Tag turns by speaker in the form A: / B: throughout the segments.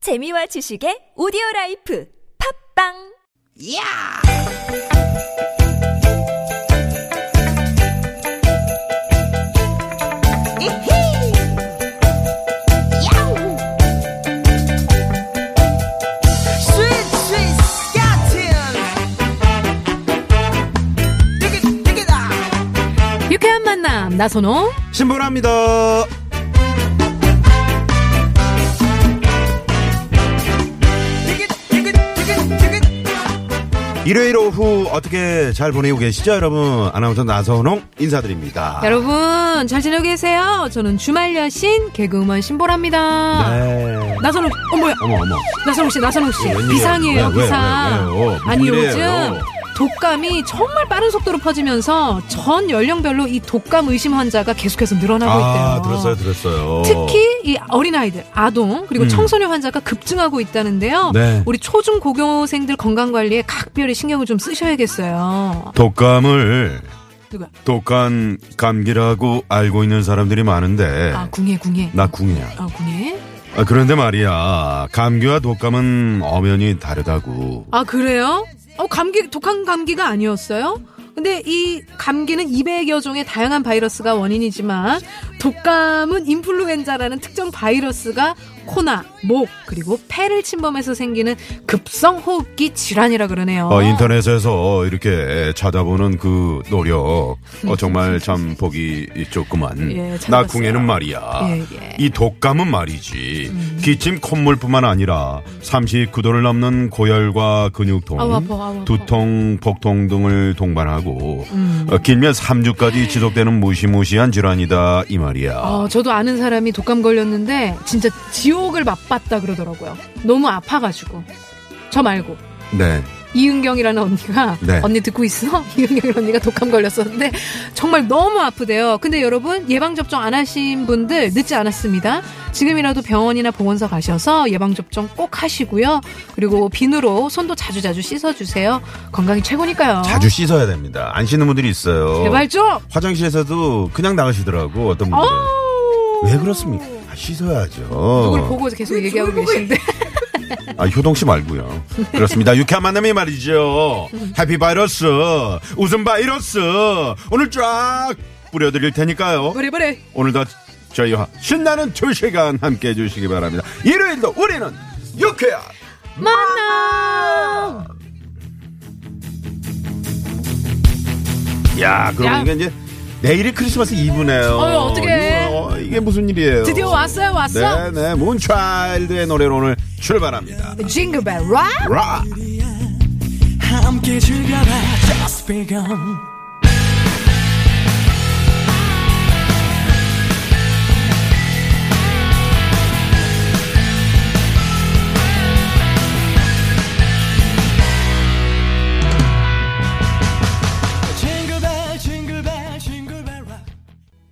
A: 재미와 지식의 오디오 라이프 팝빵
B: 야! 이히! 야우! 스윗, 스윗, 스카틴! 디귿, 디귿아!
C: 유쾌한 만남 나선홍
D: 신분합니다.
B: 디귿, 디귿, 디귿, 디귿!
D: 일요일 오후 어떻게 잘 보내고 계시죠, 여러분? 아나운서 나선홍 인사드립니다.
C: 여러분 잘 지내고 계세요 저는 주말 여신 개그우먼 신보라입니다
D: 네.
C: 나선홍 어 뭐야
D: 어머 어머.
C: 나선홍 씨 나선홍 씨
D: 웬일이야?
C: 비상이에요
D: 왜, 왜,
C: 비상
D: 왜, 왜, 왜?
C: 아니
D: 웬일이에요?
C: 요즘 독감이 정말 빠른 속도로 퍼지면서 전 연령별로 이 독감 의심 환자가 계속해서 늘어나고
D: 아
C: 있대요
D: 들었어요 들었어요.
C: 특히 이 어린아이들, 아동, 그리고 청소년 환자가 급증하고 있다는데요.
D: 네.
C: 우리 초중 고교생들 건강 관리에 각별히 신경을 좀 쓰셔야겠어요.
D: 독감을
C: 누가?
D: 독감 감기라고 알고 있는 사람들이 많은데
C: 아, 궁예, 궁예.
D: 나 궁이야.
C: 아, 궁예?
D: 아, 그런데 말이야 감기와 독감은 엄연히 다르다고.
C: 아 그래요? 어 감기 독한 감기가 아니었어요? 근데 이 감기는 200여 종의 다양한 바이러스가 원인이지만 독감은 인플루엔자라는 특정 바이러스가 코나 목 그리고 폐를 침범해서 생기는 급성 호흡기 질환이라 그러네요.
D: 어, 인터넷에서 이렇게 찾아보는 그 노력, 어, 정말 참 보기 좋구만.
C: 예, 잘
D: 나
C: 봤어요.
D: 궁에는 말이야.
C: 예, 예.
D: 이 독감은 말이지. 기침, 콧물뿐만 아니라 39도를 넘는 고열과 근육통,
C: 아우, 아파, 아우, 아파.
D: 두통, 복통 등을 동반하고, 어, 길면 3주까지 지속되는 무시무시한 질환이다, 이 말이야.
C: 어, 저도 아는 사람이 독감 걸렸는데 진짜 지옥을 맛봤다 그러더라고요. 너무 아파가지고 저 말고
D: 네.
C: 이은경이라는 언니가
D: 네.
C: 언니 듣고 있어? 이은경이라는 언니가 독감 걸렸었는데 정말 너무 아프대요. 근데 여러분 예방 접종 안 하신 분들 늦지 않았습니다. 지금이라도 병원이나 보건소 가셔서 예방 접종 꼭 하시고요. 그리고 비누로 손도 자주자주 씻어 주세요. 건강이 최고니까요.
D: 자주 씻어야 됩니다. 안 씻는 분들이 있어요.
C: 제발 좀.
D: 화장실에서도 그냥 나가시더라고, 어떤 분들은. 왜 그렇습니까? 아, 씻어야죠.
C: 아. 누굴 보고 계속 얘기하고 계신데.
D: 아, 효동 씨 말고요. 그렇습니다. 유쾌한 만남이 말이죠. 해피 바이러스, 웃음 바이러스, 오늘 쫙 뿌려드릴 테니까요.
C: 뭐래 뭐래.
D: 오늘도 저희와 신나는 두 시간 함께 해주시기 바랍니다. 일요일도 우리는 유쾌한
C: 만나.
D: 야,
C: 야.
D: 그러면 이게 이제 내일이 크리스마스 이브네요.
C: 어휴, 어떡해.
D: 이거, 어, 이게 무슨 일이에요?
C: 드디어 왔어요, 왔어.
D: 네네, 문차일드의 노래로 오늘 출발합니다.
C: 징글벨 락.
D: 라!
E: 함께 즐겨라 Just begun 징글벨 징글벨 징글벨 락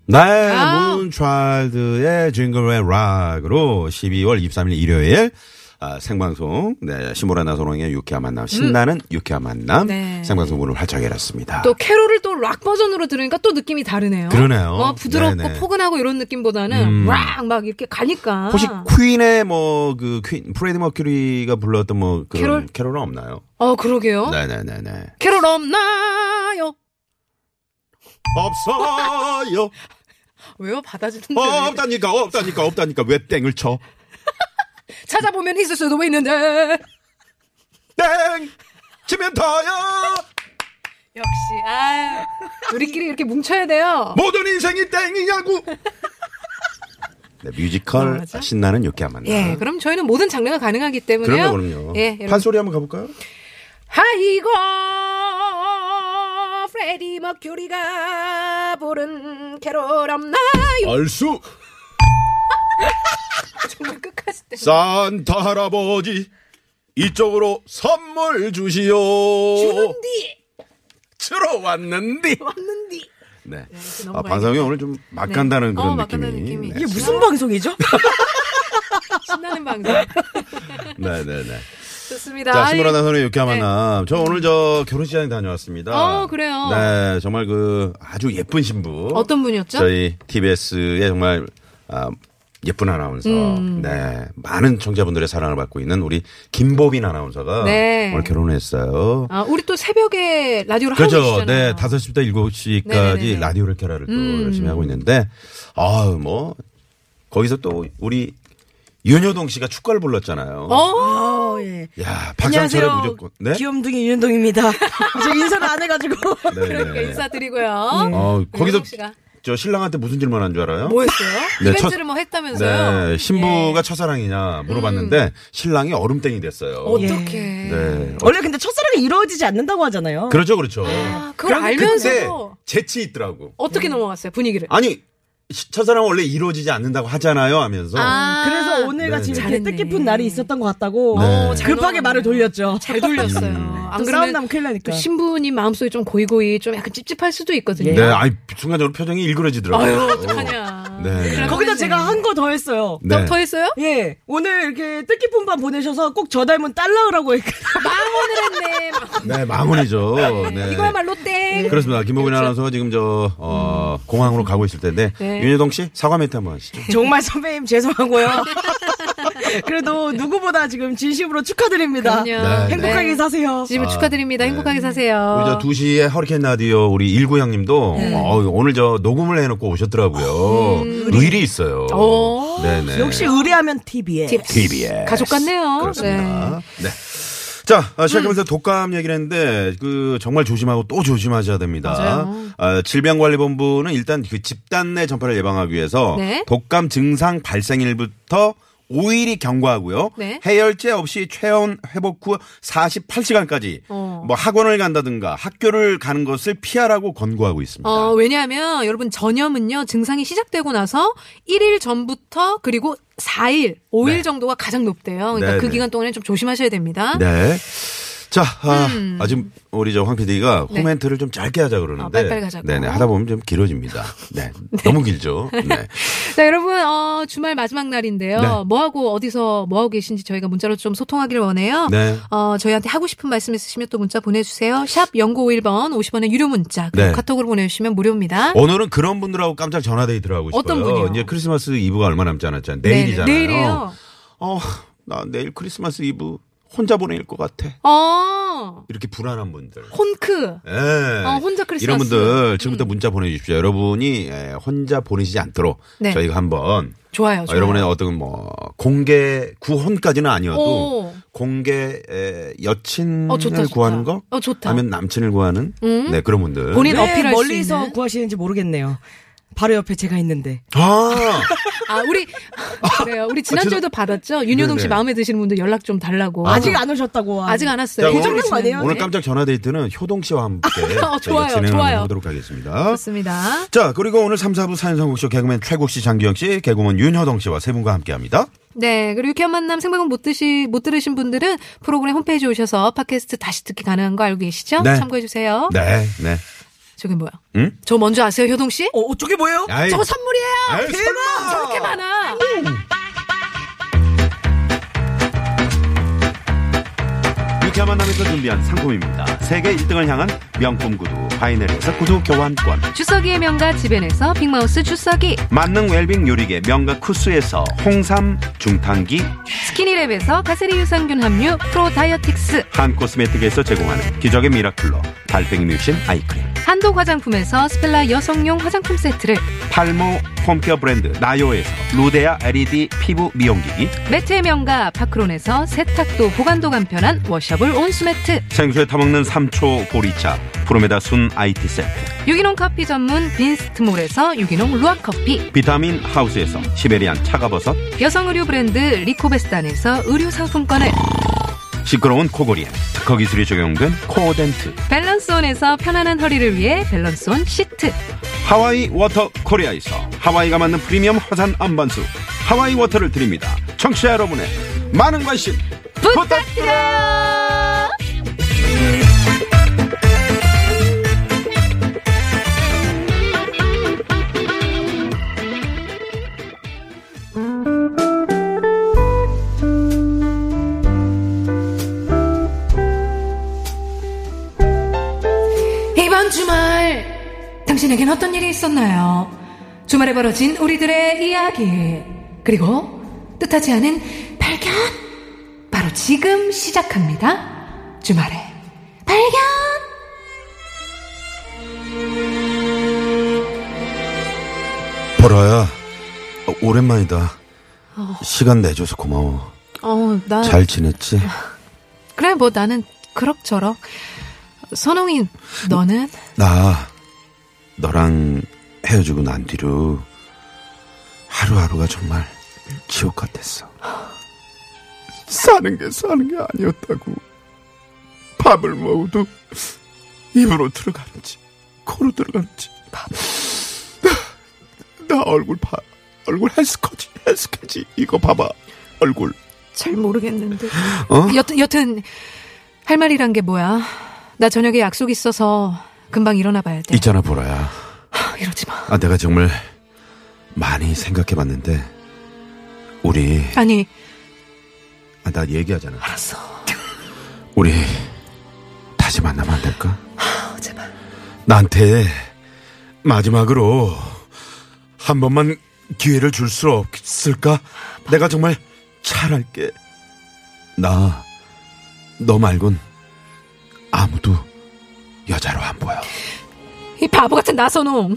D: 네,
C: 아우.
D: 문차일드의 징글의 락으로 12월 23일 일요일 아, 생방송 네, 신보라 나선홍의 유쾌한 만남 신나는 유쾌한 만남
C: 음. 네.
D: 생방송 문을 활짝 열었습니다.
C: 또 캐롤을 또 락 버전으로 들으니까 또 느낌이 다르네요.
D: 그러네요.
C: 어, 부드럽고
D: 네네. 음.
C: 포근하고 이런 느낌보다는 락 막 이렇게 가니까.
D: 혹시 퀸의 뭐 그 퀸 프레디 머큐리가 불렀던 뭐 그런
C: 캐롤?
D: 캐롤은 없나요?
C: 어 그러게요.
D: 네네네네
C: 캐롤 없나요?
D: 없어요
C: 왜요?
D: 어,
C: 받아주는데.
D: 없다니까 없다니까 없다니까 왜 땡을 쳐?
C: 찾아보면 있을 수도 있는데.
D: 땡 치면 더요
C: 역시 아 우리끼리 이렇게 뭉쳐야 돼요.
D: 모든 인생이 땡이냐고. 네, 뮤지컬
C: 어, 맞아?
D: 신나는 유쾌한 만남.
C: 예, 그럼 저희는 모든 장르가 가능하기 때문에요.
D: 음. 그럼요, 그럼요.
C: 예, 여러분.
D: 판소리 한번 가볼까요?
C: 아이고 프레디 머큐리가 부른 캐롤 없나요?
D: 얼수
C: 정말 끝까지 때.
D: 산타 할아버지 이쪽으로 선물 주시오.
C: 주는디
D: 들어왔는디.
C: 왔는디.
D: 네. 아,
C: 넘어가야겠다.
D: 방송이 오늘 좀 막 간다는
C: 네.
D: 그런
C: 어, 막
D: 느낌이.
C: 간다는 느낌이.
D: 네.
C: 이게
B: 무슨 방송이죠?
C: 신나는 방송.
D: 네, 네, 네.
C: 좋습니다.
D: 자,
C: 아이,
D: 신보라 나선의 유쾌한
C: 네.
D: 만남. 저 오늘 저 결혼식장에 다녀왔습니다.
C: 어, 그래요?
D: 네, 정말 그 아주 예쁜 신부.
C: 어떤 분이었죠?
D: 저희 TBS의 정말 아, 예쁜 아나운서.
C: 음.
D: 네. 많은 청자분들의 사랑을 받고 있는 우리 김보빈 아나운서가
C: 네.
D: 오늘 결혼했어요.
C: 아, 우리 또 새벽에 라디오를 하고
D: 그죠.
C: 계시잖아요.
D: 네. 5시부터 7시까지
C: 네네네네. 음.
D: 라디오를 켜라를 또 열심히 하고 있는데, 아유, 뭐, 거기서 또 우리 윤효동 씨가 축가를 불렀잖아요.
C: 어?
F: 어, 예.
D: 야, 박상철의
F: 안녕하세요.
D: 무조건. 네.
F: 귀염둥이 윤현동입니다. 아직 인사를 안 해가지고.
D: 네,
C: 그러니까
D: 네.
C: 인사드리고요.
D: 어, 거기서
C: 윤효동 씨가.
D: 저 신랑한테 무슨 질문 한 줄 알아요?
C: 뭐 했어요?
D: 네,
C: 이벤트를
D: 첫-
C: 뭐 했다면서요?
D: 네. 신부가 첫사랑이냐 물어봤는데, 신랑이 얼음땡이 됐어요.
C: 음. 예. 어떻게?
D: 네.
F: 원래 근데 첫사랑이 이루어지지 않는다고 하잖아요.
D: 그렇죠, 그렇죠.
C: 아, 그걸
D: 그런데
C: 알면서도
D: 그때 재치 있더라고.
C: 어떻게 넘어갔어요 분위기를?
D: 아니 시- 첫사랑은 원래 이루어지지 않는다고 하잖아요 하면서
C: 아,
F: 그래서 오늘가 지금 이렇게
C: 잘했네.
F: 뜻깊은 날이 있었던 것 같다고
D: 네.
C: 잘
F: 급하게
C: 넘어갔네.
F: 말을 돌렸죠.
C: 잘 돌렸어요.
D: 음.
C: 안
F: 또 싸움
C: 그러면
F: 나면 큰일
C: 또
F: 나니까.
C: 신부님 마음속에 좀 고이고이 좀 약간 찝찝할 수도 있거든요.
D: 네 아이 순간적으로 표정이 일그러지더라고요
C: 아유 어떡하냐.
D: 네, 네.
C: 그러면
F: 거기다
C: 이제
F: 제가 한 거 더 했어요.
C: 더-
D: 네.
C: 더 했어요?
F: 예, 오늘 이렇게 뜻깊은 밤 보내셔서 꼭 저 닮은 딸 낳으라고 했-
C: 망언을 했네.
D: 네 망언이죠 네.
C: 이거야말로 땡.
D: 그렇습니다 김보빈 아나운서가 지금 저 어, 공항으로 가고 있을 텐데
C: 네.
D: 윤여동 씨 사과 멘트 한번 하시죠
F: 정말 선배님 죄송하고요. 그래도 누구보다 지금 진심으로 축하드립니다.
C: 그럼요.
D: 네,
F: 행복하게
C: 네.
F: 사세요.
C: 지금 축하드립니다. 행복하게 사세요.
D: 우리 저 2시에 허리케인 라디오 우리 1구형님도 오늘 저 녹음을 해놓고 오셨더라고요 의리 있어요
C: 오.
D: 네네
F: 역시 의뢰하면 TV에.
D: TBS
C: 가족 같네요.
D: 그렇습니다. 네. 자, 아, 시작하면서 독감 얘기를 했는데, 그, 정말 조심하고 또 조심하셔야 됩니다. 아, 질병관리본부는 일단 그 집단 내 전파를 예방하기 위해서
C: 네.
D: 독감 증상 발생일부터 5일이 경과하고요.
C: 네.
D: 해열제 없이 체온 회복 후 48시간까지
C: 어.
D: 뭐 학원을 간다든가 학교를 가는 것을 피하라고 권고하고 있습니다.
C: 어, 왜냐하면 여러분 전염은요 증상이 시작되고 나서 1일 전부터 그리고 4일, 5일
D: 네.
C: 정도가 가장 높대요. 그러니까
D: 네,
C: 그
D: 네.
C: 기간 동안에 좀 조심하셔야 됩니다.
D: 네. 자, 아, 아, 지금 우리 저 황 PD가
C: 음. 네.
D: 코멘트를 좀 짧게 하자 그러는데.
C: 아, 빨리빨리 가자고.
D: 네네. 하다 보면 좀 길어집니다. 네. 너무 길죠. 네.
C: 자, 여러분, 어, 주말 마지막 날인데요.
D: 네.
C: 뭐하고, 어디서 뭐하고 계신지 저희가 문자로 좀 소통하길 원해요.
D: 네.
C: 어, 저희한테 하고 싶은 말씀 있으시면 또 문자 보내주세요. 샵 0951번 50원의 유료 문자. 그리고
D: 네. 어,
C: 카톡으로 보내주시면 무료입니다.
D: 오늘은 그런 분들하고 깜짝 전화 데이트를 하고 싶어요.
C: 어떤 분이요?
D: 이제 크리스마스 이브가 얼마 남지 않았잖아요.
C: 네,
D: 내일이잖아요.
C: 네, 내일이에요.
D: 어, 나 내일 크리스마스 이브 혼자 보낼 것 같아.
C: 어,
D: 이렇게 불안한 분들.
C: 콘크.
D: 예.
C: 어, 혼자 크리스마스. 음.
D: 이런 분들 지금부터 문자 보내주십시오. 여러분이 예, 혼자 보내시지 않도록
C: 네.
D: 저희가 한번
C: 좋아요.
D: 어,
C: 좋아요.
D: 여러분의 어떤 뭐 공개 구혼까지는 아니어도
C: 오.
D: 공개 에, 여친을
C: 어, 좋다, 좋다.
D: 구하는 거,
C: 어, 좋다. 음?
D: 아니면 남친을 구하는 네 그런 분들.
C: 본인
F: 왜
C: 어필할 수
F: 멀리서
C: 있는.
F: 구하시는지 모르겠네요. 바로 옆에 제가 있는데.
D: 아
C: 아, 우리, 그래요. 우리 지난주에도 받았죠? 윤효동 씨
D: 네네.
C: 마음에 드시는 분들 연락 좀 달라고.
F: 아직 안 오셨다고.
C: 아직 안 왔어요.
D: 자,
C: 연락이
F: 오늘-
C: 지났는데.
F: 아니에요?
D: 오늘 깜짝 전화 데이트는 효동 씨와 함께
C: 네. 어, 좋아요,
D: 저희가 진행을
C: 좋아요.
D: 한번 하도록 하겠습니다.
C: 좋습니다.
D: 자 그리고 오늘 3, 4부 사연성국쇼 개그맨 최국 씨, 장기영 씨, 개그맨 윤효동 씨와 세 분과 함께합니다.
C: 네, 그리고 유쾌한 만남 생방송 못 드시 못 들으신 분들은 프로그램 홈페이지 오셔서 팟캐스트 다시 듣기 가능한 거 알고 계시죠?
D: 네.
C: 참고해 주세요.
D: 네, 네.
C: 저게 뭐야?
D: 응?
C: 저 먼저 아세요, 효동 씨?
F: 어, 어떻게 뭐예요?
D: 아이,
C: 저거 선물이에요.
D: 아이, 설마.
C: 저렇게 많아.
D: 유쾌한 만남에서 준비한 상품입니다. 세계 1등을 향한 명품 구두 파이널에서 구두 교환권.
C: 주석이의 명가 지벤에서 빅마우스 주석이,
D: 만능 웰빙 요리계 명가 쿠스에서 홍삼 중탕기
C: 스키니랩에서 가세리 유산균 함유 프로 다이어틱스,
D: 한 코스메틱에서 제공하는 기적의 미라클로 달팽이 뮤신 아이크림
C: 한독 화장품에서 스펠라 여성용 화장품 세트를,
D: 탈모 홈케어 브랜드 나요에서 루데아 LED 피부 미용기기
C: 매트의 명가 파크론에서 세탁도 보관도 간편한 워셔블 온수 매트,
D: 생수에 타먹는 삼초 보리차 프로메다 순 IT 세트
C: 유기농 커피 전문 빈스트몰에서 유기농 루아 커피.
D: 비타민 하우스에서 시베리안 차가버섯
C: 여성 의류 브랜드 리코베스탄에서 의류 상품권을
D: 시끄러운 코골이엔 특허 기술이 적용된 코어덴트
C: 밸런스온에서 편안한 허리를 위해 밸런스온 시트
D: 하와이 워터 코리아에서 하와이가 만든 프리미엄 화산 안반수 하와이 워터를 드립니다 청취자 여러분의 많은 관심
C: 부탁드려요 이번 주말 당신에겐 어떤 일이 있었나요? 주말에 벌어진 우리들의 이야기
G: 그리고 뜻하지 않은 발견 바로 지금 시작합니다. 주말에 발견.
D: 보라야, 어, 오랜만이다. 시간 내줘서 고마워.
G: 어, 나
D: 잘 지냈지?
G: 그래 뭐 나는 그럭저럭 선홍이 너는
D: 나 너랑 헤어지고 난 뒤로 하루하루가 정말 지옥 같았어. 사는 게 사는 게 아니었다고. 밥을 먹어도 입으로 들어가는지 코로 들어가는지. 나 얼굴 봐. 얼굴 헬스커지 헬스커지 이거 봐봐. 얼굴.
G: 잘 모르겠는데
D: 어?
G: 여튼 여튼 할 말이란 게 뭐야 나 저녁에 약속 있어서 금방 일어나 봐야
C: 네.
G: 돼
D: 있잖아 보라야.
G: 아, 이러지 마
D: 아 내가 정말 많이 생각해봤는데 우리
G: 아니
D: 아, 나 얘기하잖아.
G: 알았어
D: 우리 다시 만나면 안 될까?
G: 어, 제발
D: 나한테 마지막으로 한 번만 기회를 줄 수 없을까? 내가 정말 잘할게. 나 너 말곤 아무도 여자로 안 보여.
G: 이 바보 같은 나선홍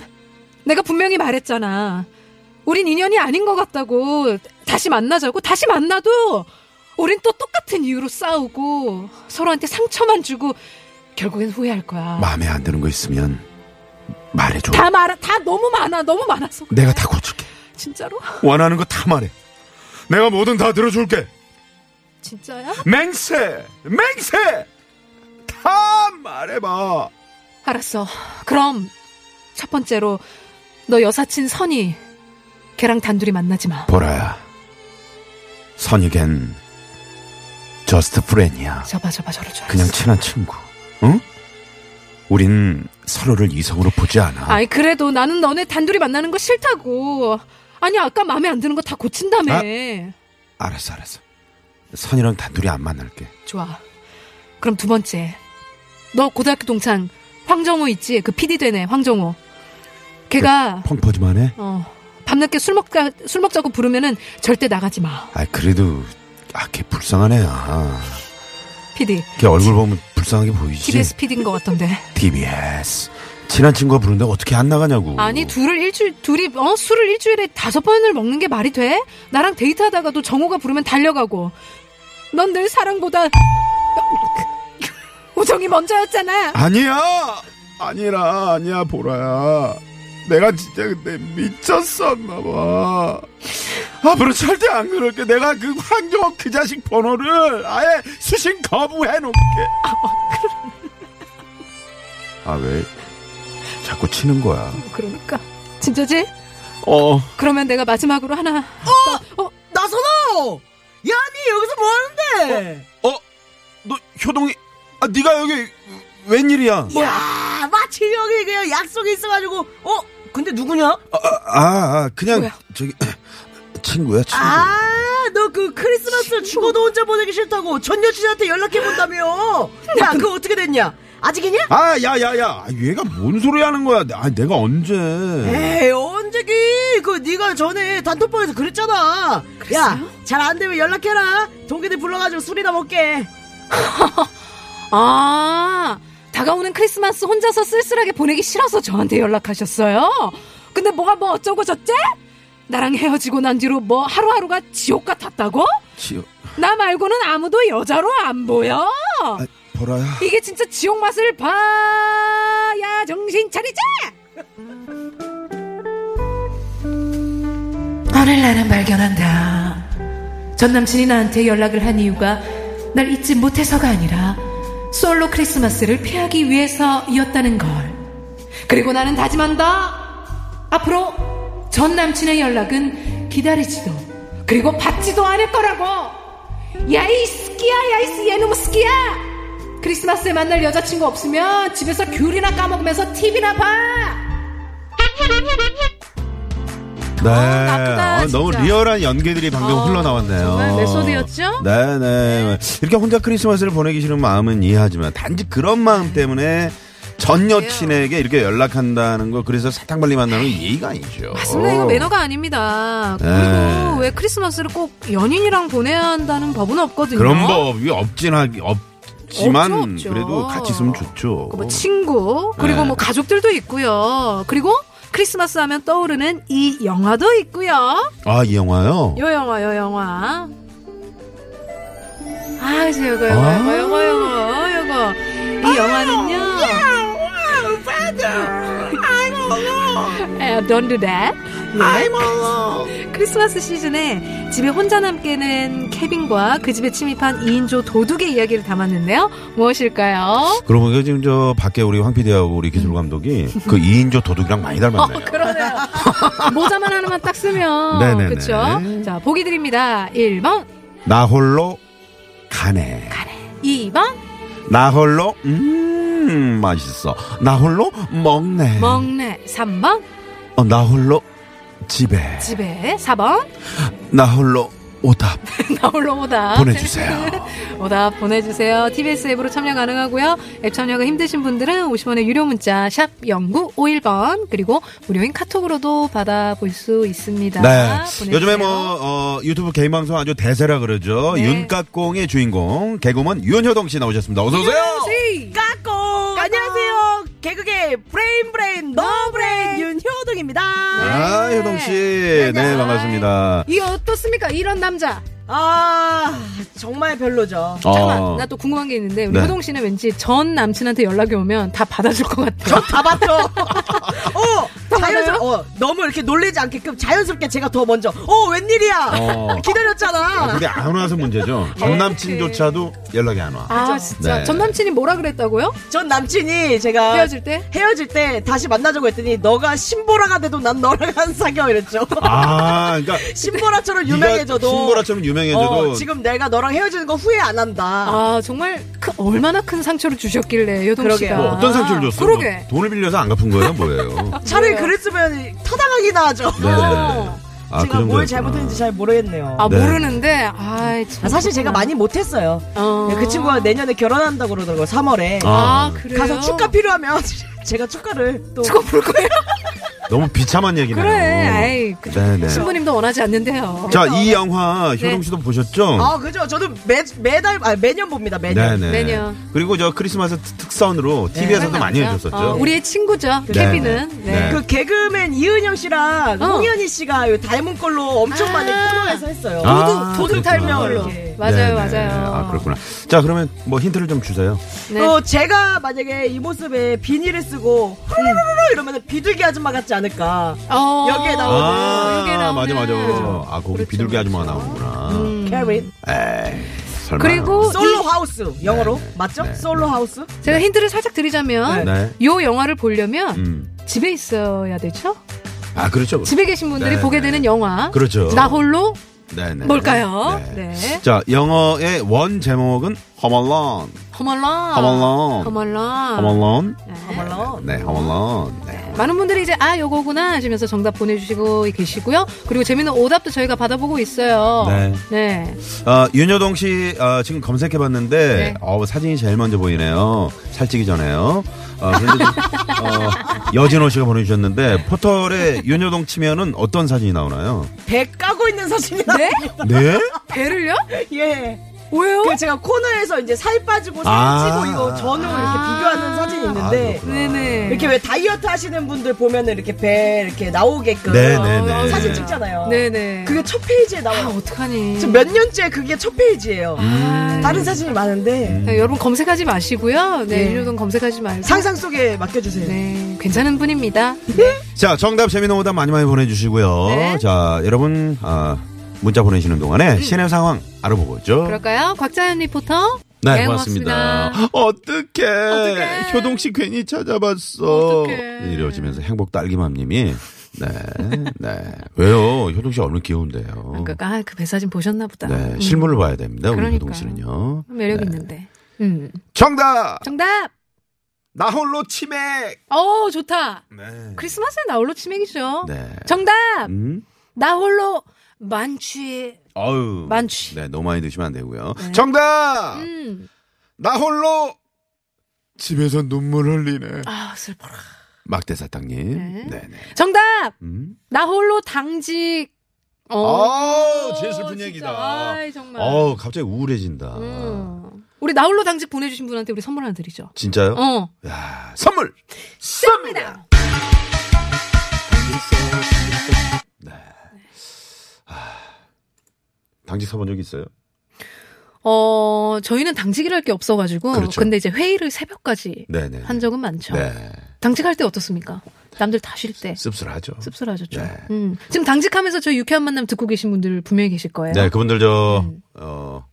G: 내가 분명히 말했잖아 우린 인연이 아닌 것 같다고 다시 만나자고 다시 만나도 우린 또 똑같은 이유로 싸우고 서로한테 상처만 주고 결국엔 후회할 거야
D: 마음에 안 드는 거 있으면 말해줘.
G: 다 말아 다 너무 많아 너무 많아서
D: 내가 다 고칠게.
G: 진짜로
D: 원하는 거 다 말해. 내가 뭐든 다 들어줄게.
G: 진짜야
D: 맹세! 맹세! 다 말해봐.
G: 알았어 그럼 첫 번째로 너 여사친 선이 걔랑 단둘이 만나지 마
D: 보라야. 선이겐 저스트 프렌이야.
G: 저봐 저봐 저를 줘
D: 그냥 친한 친구. 응? 우린 서로를 이성으로 보지 않아.
G: 아이 그래도 나는 너네 단둘이 만나는 거 싫다고 아니 아까 마음에 안 드는 거 다 고친다며
D: 알았어, 알았어. 선이랑 단둘이 안 만날게.
G: 좋아 그럼 두 번째 너 고등학교 동창 황정호 있지 그 PD 되네 황정호 걔가
D: 그 펑퍼지만 해?
G: 어 밤늦게 술 먹자 술 먹자고 부르면은 절대 나가지 마
D: 아, 그래도, 아, 걔 불쌍한 애야.
G: PD
D: 걔 얼굴 보면 불쌍하게 보이지?
G: TBS PD인 것 같던데.
D: TBS. 친한 친구가 부른다고 어떻게 안 나가냐고.
G: 아니 둘을 일주일 둘이 어 술을 일주일에 다섯 번을 먹는 게 말이 돼? 나랑 데이트하다가도 정호가 부르면 달려가고. 넌 늘 사랑보다 우정이 먼저였잖아.
D: 아니야 아니라 아니야 보라야 내가 진짜 그때 미쳤었나봐 앞으로 절대 안 그럴게 내가 그 황정호 그 자식 번호를 아예 수신 거부해놓을게 아 왜 자꾸 치는 거야
G: 그러니까 진짜지?
D: 어
G: 그러면 내가 마지막으로 하나.
F: 나선호! 야, 니 여기서 뭐 하는데?
D: 어? 너 효동이 아 네가 여기 웬일이야
F: 야, 뭐, 아, 마침 여기 그냥 약속이 있어가지고, 어? 근데 누구냐?
D: 아, 아 그냥
G: 뭐야?
D: 저기 친구야 친구
F: 아, 너 그 크리스마스 죽어도 혼자 보내기 싫다고 전 여친한테 연락해본다며? 야, 그거 어떻게 됐냐? 아직이냐?
D: 아, 야, 야, 야. 아, 얘가 뭔 소리 하는 거야. 아, 내가 언제. 네.
F: 에이, 언제기? 그 네가 전에 단톡방에서 그랬잖아. 야, 잘 안 되면 연락해라. 동기들 불러가지고 술이나 먹게.
G: 아 다가오는 크리스마스 혼자서 쓸쓸하게 보내기 싫어서 저한테 연락하셨어요. 근데 뭐가 뭐 어쩌고 저째? 나랑 헤어지고 난 뒤로 뭐 하루하루가 지옥 같았다고?
D: 지효.
G: 나 말고는 아무도 여자로 안 보여.
D: 아, 보라야.
G: 이게 진짜 지옥 맛을 봐야 정신 차리지. 오늘 나는 발견한다. 전 남친이 나한테 연락을 한 이유가 날 잊지 못해서가 아니라 솔로 크리스마스를 피하기 위해서였다는 걸. 그리고 나는 다짐한다. 앞으로 전 남친의 연락은 기다리지도 그리고 받지도 않을 거라고. 야이 스키야 야이 얘놈 스키야 크리스마스에 만날 여자친구 없으면 집에서 귤이나 까먹으면서 TV나 봐
D: 네.
G: 나쁘다,
D: 아, 너무
G: 진짜. 어,
D: 리얼한 연기들이 방금 흘러나왔네요.
G: 정말 메소드였죠?
D: 네네. 이렇게 혼자 크리스마스를 보내기 싫은 마음은 이해하지만 단지 그런 마음 때문에 전 여친에게 이렇게 연락한다는 거 그래서 사탕 발리 만나는 건 예의가 아니죠.
G: 맞습니다. 이거 매너가 아닙니다.
D: 네.
G: 그리고 왜 크리스마스를 꼭 연인이랑 보내야 한다는 법은 없거든요.
D: 그런 법이 없진 하 없지만
G: 없죠, 없죠.
D: 그래도 같이 있으면 좋죠.
G: 그뭐 친구 그리고
D: 네.
G: 뭐 가족들도 있고요. 그리고 크리스마스 하면 떠오르는 이 영화도 있고요.
D: 아 이 영화요.
G: 요 영화 요 영화. 아 이거 영화
D: 아.
G: 영화 영화 영화 영화 이 영화는요. 에, Don't do that. 네. 크리스마스 시즌에 집에 혼자 남게는 케빈과 그 집에 침입한 2인조 도둑의 이야기를 담았는데요. 무엇일까요?
D: 그러고 보니까 지금 저 밖에 우리 황 PD하고 우리 기술 감독이 그 2인조 도둑이랑 많이 닮았네요.
G: 그러네요. 모자만 하나만 딱 쓰면.
D: 네네네.
G: 그쵸? 자, 보기 드립니다. 1번,
D: 나 홀로 가네.
G: 2번,
D: 나 홀로 음 맛있어. 나 홀로 먹네.
G: 먹네. 3번,
D: 어, 나 홀로 집에.
G: 집에. 4번,
D: 나 홀로 오답
G: 나홀로 오답.
D: 보내주세요.
G: 오답 보내주세요. TBS 앱으로 참여 가능하고요. 앱 참여가 힘드신 분들은 50원의 유료 문자 샵 0951번 그리고 무료인 카톡으로도 받아볼 수 있습니다.
D: 네.
G: 보내주세요.
D: 요즘에 뭐, 어, 유튜브 개인 방송 아주 대세라 그러죠.
G: 네.
D: 윤깍공의 주인공, 개그맨 윤효동 씨 나오셨습니다. 어서오세요!
F: 까꿍 안녕하세요 개그계 브레인 브레인 너 브레인 윤효동입니다
D: 아, 효동 씨. 네, 반갑습니다.
G: 이 어떻습니까? 이런 남자.
F: 아 정말 별로죠
G: 잠깐만, 네.
D: 어,
G: 나 또 궁금한 게 있는데 우리
D: 네.
G: 효동 씨는 왠지 전 남친한테 연락이 오면 다 받아줄 것 같아요.
F: 다 봤죠 어
G: 맞아요?
F: 자연스럽 어 너무 이렇게 놀래지 않게끔 자연스럽게 제가 더 먼저 어 웬일이야
D: 어.
F: 기다렸잖아
D: 근데 안 와서 문제죠. 전 남친조차도 연락이 안 와.
G: 네. 아 진짜 아.
D: 네.
G: 전 남친이 뭐라 그랬다고요?
F: 전 남친이 제가
G: 헤어질 때?
F: 헤어질 때 다시 만나자고 했더니 너가 신보라가 돼도 난 너랑 안 사겨 이랬죠
D: 아, 그러니까.
F: 신보라처럼 유명해져도
D: 신보라처럼 유명해져도.
F: 어, 지금 내가 너랑 헤어지는 거 후회 안 한다
G: 아 정말 그 얼마나 큰 상처를 주셨길래 효동
F: 그러게요.
G: 씨가
D: 뭐 어떤 상처를 줬어? 요
G: 아, 그러게.
D: 돈을 빌려서 안 갚은 거예요? 뭐예요?
F: 차라리
G: 뭐예요?
F: 그랬으면 타당하긴 하죠
D: 네.
G: 어.
D: 아,
F: 제가 뭘
D: 정도였구나.
F: 잘못했는지 잘 모르겠네요.
G: 아
D: 네.
G: 모르는데 아
F: 아, 사실 제가 많이 못했어요.
G: 어.
F: 그 친구가 내년에 결혼한다고 그러더라고요. 3월에
D: 아,
G: 아, 그래요?
F: 가서 축가 필요하면 제가 축가를 또
D: 너무 비참한 얘기네요.
G: 그래. 아이, 그
D: 네네.
G: 신부님도 원하지 않는데요.
D: 자, 이 영화
G: 네.
D: 효동 씨도 보셨죠?
F: 아, 그죠. 저도 매, 매달 아, 매년 봅니다. 매년.
D: 네네.
G: 매년.
D: 그리고 저 크리스마스 특- 특선으로 TV에서도 많이
G: 상관없죠.
D: 해줬었죠.
G: 어, 우리의 친구죠.
D: 네.
G: 케빈은. 네.
D: 네.
F: 그 개그맨 이은영 씨랑
G: 어.
F: 홍현희 씨가 요 닮은 걸로 엄청
G: 아.
F: 많이 코너에서 했어요.
D: 아,
F: 도둑 도둑
D: 그렇구나.
F: 탈명으로.
G: 맞아요,
D: 네네.
G: 맞아요.
D: 아, 그렇구나. 자, 그러면 뭐 힌트를 좀 주세요.
G: 네.
F: 또 제가 만약에 이 모습에 비닐을 쓰고 후루루루 이러면 비둘기 아줌마 같지 않을까.
G: 어,
F: 여기에 나오는-
G: 어,
D: 아,
G: 여기에 나오는-
D: 맞아, 맞아. 아, 거기
G: 그렇죠,
D: 비둘기 아줌마가
G: 그렇죠.
D: 나오는구나.
F: 캐린
D: 설마.
G: 그리고
F: 솔로 하우스 영어로 맞죠? 솔로 하우스. 아,
G: 이- 제가 힌트를 살짝 드리자면
D: 네.
G: 요 영화를 보려면
D: 음.
G: 집에 있어야 되죠.
D: 아, 그렇죠.
G: 집에 계신 분들이
D: 네,
G: 보게
D: 네.
G: 되는 영화.
D: 그렇죠.
G: 나 홀로
D: 네네.
G: 뭘까요?
D: 네.
G: 네.
D: 자, 영어의 원 제목은 Home Alone.
G: 허멀런.
D: Home Alone.
G: 허멀
D: Home Alone.
F: 어머나.
D: 네, Home Alone. 네.
G: 많은 분들이 이제 아 요거구나 하시면서 정답 보내주시고 계시고요. 그리고 재밌는 오답도 저희가 받아보고 있어요.
D: 네.
G: 네.
D: 어, 윤여동 씨 어, 지금 검색해 봤는데
G: 네.
D: 어, 사진이 제일 먼저 보이네요. 살찌기 전에요. 어, 그런데 좀, 어, 여진호 씨가 보내주셨는데 포털에 윤여동 치면은 어떤 사진이 나오나요?
F: 배 까고 있는 사진이다.
G: 네?
D: 네?
G: 배를요?
F: 예.
G: 왜요?
F: 그 제가 코너에서 이제 살 빠지고 살
D: 아.
F: 찌고 이거 전후 이렇게
G: 아.
F: 비교하는 사진이 있는데
D: 그렇구나.
G: 네네.
F: 이렇게 왜 다이어트 하시는 분들 보면은 이렇게 배 이렇게 나오게끔
D: 네네네.
F: 사진 찍잖아요.
G: 네네.
F: 그게 첫 페이지에
G: 아
F: 나와요.
G: 어떡하니?
F: 지금 몇 년째 그게 첫 페이지예요.
D: 음.
G: 아,
F: 다른 사진이 많은데
G: 네, 여러분 검색하지 마시고요. 네,
F: 네.
G: 윤효동 검색하지 말고.
F: 상상 속에 맡겨주세요.
G: 네, 괜찮은 분입니다.
D: 자, 정답 재미난 오답 많이 많이 보내주시고요.
G: 네. 음.
D: 자, 여러분 아, 문자 보내시는 동안에 시내 상황 알아보고 있죠.
G: 그럴까요? 곽자연 리포터.
D: 네,
G: 네,
D: 고맙습니다.
G: 고맙습니다.
D: 어떡해.
G: 어떡해.
D: 효동 씨 괜히 찾아봤어.
G: 어떡해.
D: 이러시면서 행복 딸기맘님이 네, 네. 왜요? 효동 씨 얼굴 귀여운데요.
G: 아까 아, 그 배사진 보셨나 보다.
D: 음. 네, 실물을 봐야 됩니다. 우리
G: 그러니까요.
D: 효동 씨는요.
G: 매력
D: 네.
G: 있는데. 음.
D: 정답!
G: 정답.
D: 나 홀로 치맥!
G: 어 좋다.
D: 네.
G: 크리스마스에 나홀로 치맥이죠.
D: 네.
G: 정답.
D: 음?
G: 나 홀로 만취.
D: 어우.
G: 만취. 네.
D: 네, 너무 많이 드시면 안 되고요. 정답!
G: 음.
D: 나 홀로 집에서 눈물 흘리네.
G: 아 슬퍼라.
D: 막대사탕님.
G: 네.
D: 네. 네
G: 정답
D: 음.
G: 나 홀로 당직.
D: 아우, 제일
G: 어,
D: 슬픈
G: 진짜.
D: 얘기다.
G: 아이, 정말.
D: 어우, 갑자기 우울해진다.
G: 음. 우리 나 홀로 당직 보내주신 분한테 우리 선물 하나 드리죠.
D: 진짜요?
G: 어.
D: 야, 선물 쏩니다. 네. 아, 당직 서본 적 있어요?
G: 어, 저희는 당직이랄 게 없어가지고.
D: 그렇죠.
G: 근데 이제 회의를 새벽까지
D: 네네.
G: 한 적은 많죠.
D: 네.
G: 당직할 때 어떻습니까? 남들 다 쉴 때.
D: 씁쓸하죠.
G: 씁쓸하죠, 좀.
D: 네.
G: 음. 지금 당직하면서 저희 유쾌한 만남 듣고 계신 분들 분명히 계실 거예요.
D: 네, 그분들 저 어.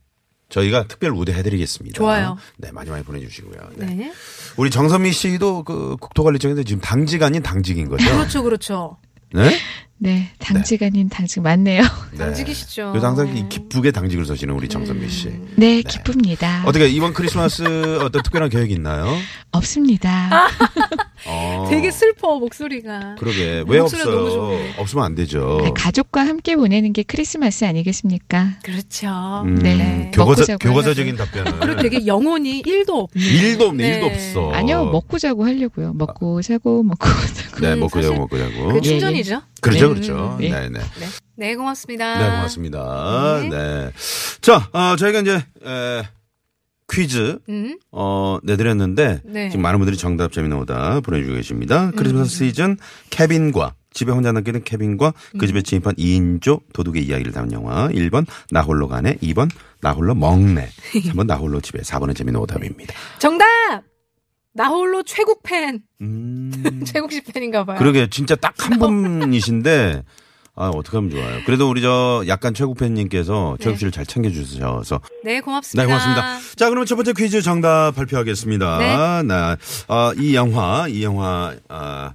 D: 저희가 특별 우대 해드리겠습니다.
G: 음. 좋아요.
D: 네, 많이 많이 보내주시고요. 네.
G: 네.
D: 우리 정선미 씨도 그 국토관리청인데 지금 당직 아닌 당직인 거죠?
G: 그렇죠, 그렇죠.
D: 네.
H: 네, 당직 아닌 당직 맞네요.
G: 당직이시죠. 네. 음.
D: 그래서 항상 이 기쁘게 당직을 서시는 우리 정선미 씨.
H: 네, 기쁩니다.
D: 어떻게 이번 크리스마스 어떤 특별한 계획 있나요?
H: 없습니다.
D: 어,
G: 되게 슬퍼, 목소리가.
D: 그러게 왜
G: 목소리가 너무
D: 없어요?
G: 좋네.
D: 없으면 안 되죠.
H: 네, 가족과 함께 보내는 게 크리스마스 아니겠습니까?
G: 그렇죠.
D: 음,
H: 네.
D: 교과서
H: 먹고 자고
D: 교과서적인 답변은
G: 그리고 되게 영혼이 1도 없네.
D: 일도 없네 일도
G: 네.
D: 없어.
H: 아니요, 먹고 자고 하려고요. 먹고 자고 먹고 자고.
D: 네
G: 음,
D: 먹고 자고
G: 사실
D: 먹고 자고.
G: 그 충전이죠. 음,
D: 그렇죠
H: 네.
D: 그렇죠.
H: 네.
D: 네네.
G: 네, 고맙습니다.
D: 네, 고맙습니다. 네.
G: 네.
D: 자, 아, 저희가 이제, 에, 퀴즈,
G: 음.
D: 어, 내드렸는데,
G: 네.
D: 지금 많은 분들이 정답, 재미있는 오다 보내주고 계십니다. 크리스마스 시즌, 케빈과, 집에 혼자 남기는 케빈과 그 집에 침입한 2인조 도둑의 이야기를 담은 영화 1번 나홀로 가네 2번 나홀로 먹네 3번 나홀로 집에 4번은 재미있는 오답입니다.
G: 정답! 나홀로 최국 팬.
D: 음.
G: 최국 씨 팬인가 봐요.
D: 그러게 진짜 딱 한 분이신데 아 어떻게 하면 좋아요. 그래도 우리 저 약간 최국 팬님께서 최국 씨를 잘 챙겨주셔서
G: 네, 고맙습니다.
D: 네, 고맙습니다. 자, 그럼 첫 번째 퀴즈 정답 발표하겠습니다.
G: 네.
D: 나, 어, 이 영화, 이 영화, 아,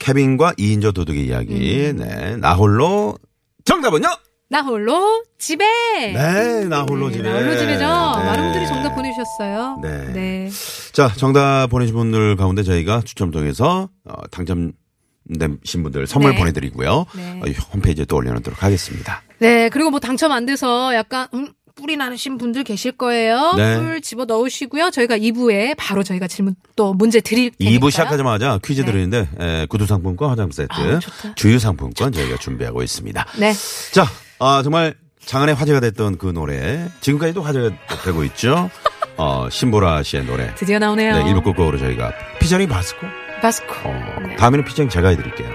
D: 케빈과 이인조 도둑의 이야기.
G: 음.
D: 네. 나홀로 정답은요?
G: 나홀로 집에!
D: 네, 나홀로 집에.
G: 나홀로
D: 네.
G: 집에죠. 많은 분들이 정답 보내주셨어요.
D: 네.
G: 네.
D: 자, 정답 보내신 분들 가운데 저희가 추첨 통해서 어, 당첨되신 분들 선물
G: 네.
D: 보내드리고요.
G: 네.
D: 어, 홈페이지에 또 올려놓도록 하겠습니다.
G: 네, 그리고 뭐 당첨 안 돼서 약간, 음, 뿔이 나신 분들 계실 거예요.
D: 네.
G: 뿔 집어 넣으시고요. 저희가 2부에 바로 저희가 질문 또 문제 드릴 테니까요.
D: 2부 시작하자마자 퀴즈
G: 네.
D: 드리는데 에, 구두 상품권, 화장 세트,
G: 아, 좋다.
D: 주유 상품권 저희가 준비하고 있습니다.
G: 네.
D: 자, 아, 정말 장안의 화제가 됐던 그 노래 지금까지도 화제가 되고 있죠. 어, 신보라 씨의 노래.
G: 드디어 나오네요.
D: 네, 일부 끝곡으로 저희가 피처링 바스코.
G: 바스코.
D: 어,
G: 네.
D: 다음에는 피처링 제가 해드릴게요.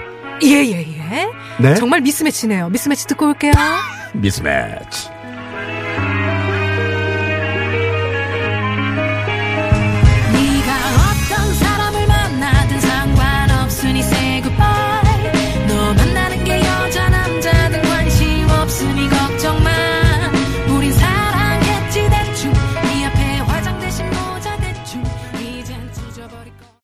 G: 예, 예, 예.
D: 네.
G: 정말 미스매치네요. 미스매치 듣고 올게요.
D: 미스매치.
I: 네가 어떤 사람을 만나든 상관없으니 say goodbye 너 만나는 게 여자 남자든 관심 없으니 걱정 마 우린 사랑했지 대충 네 앞에 화장 대신 모자 대충 이젠 찢어버릴 거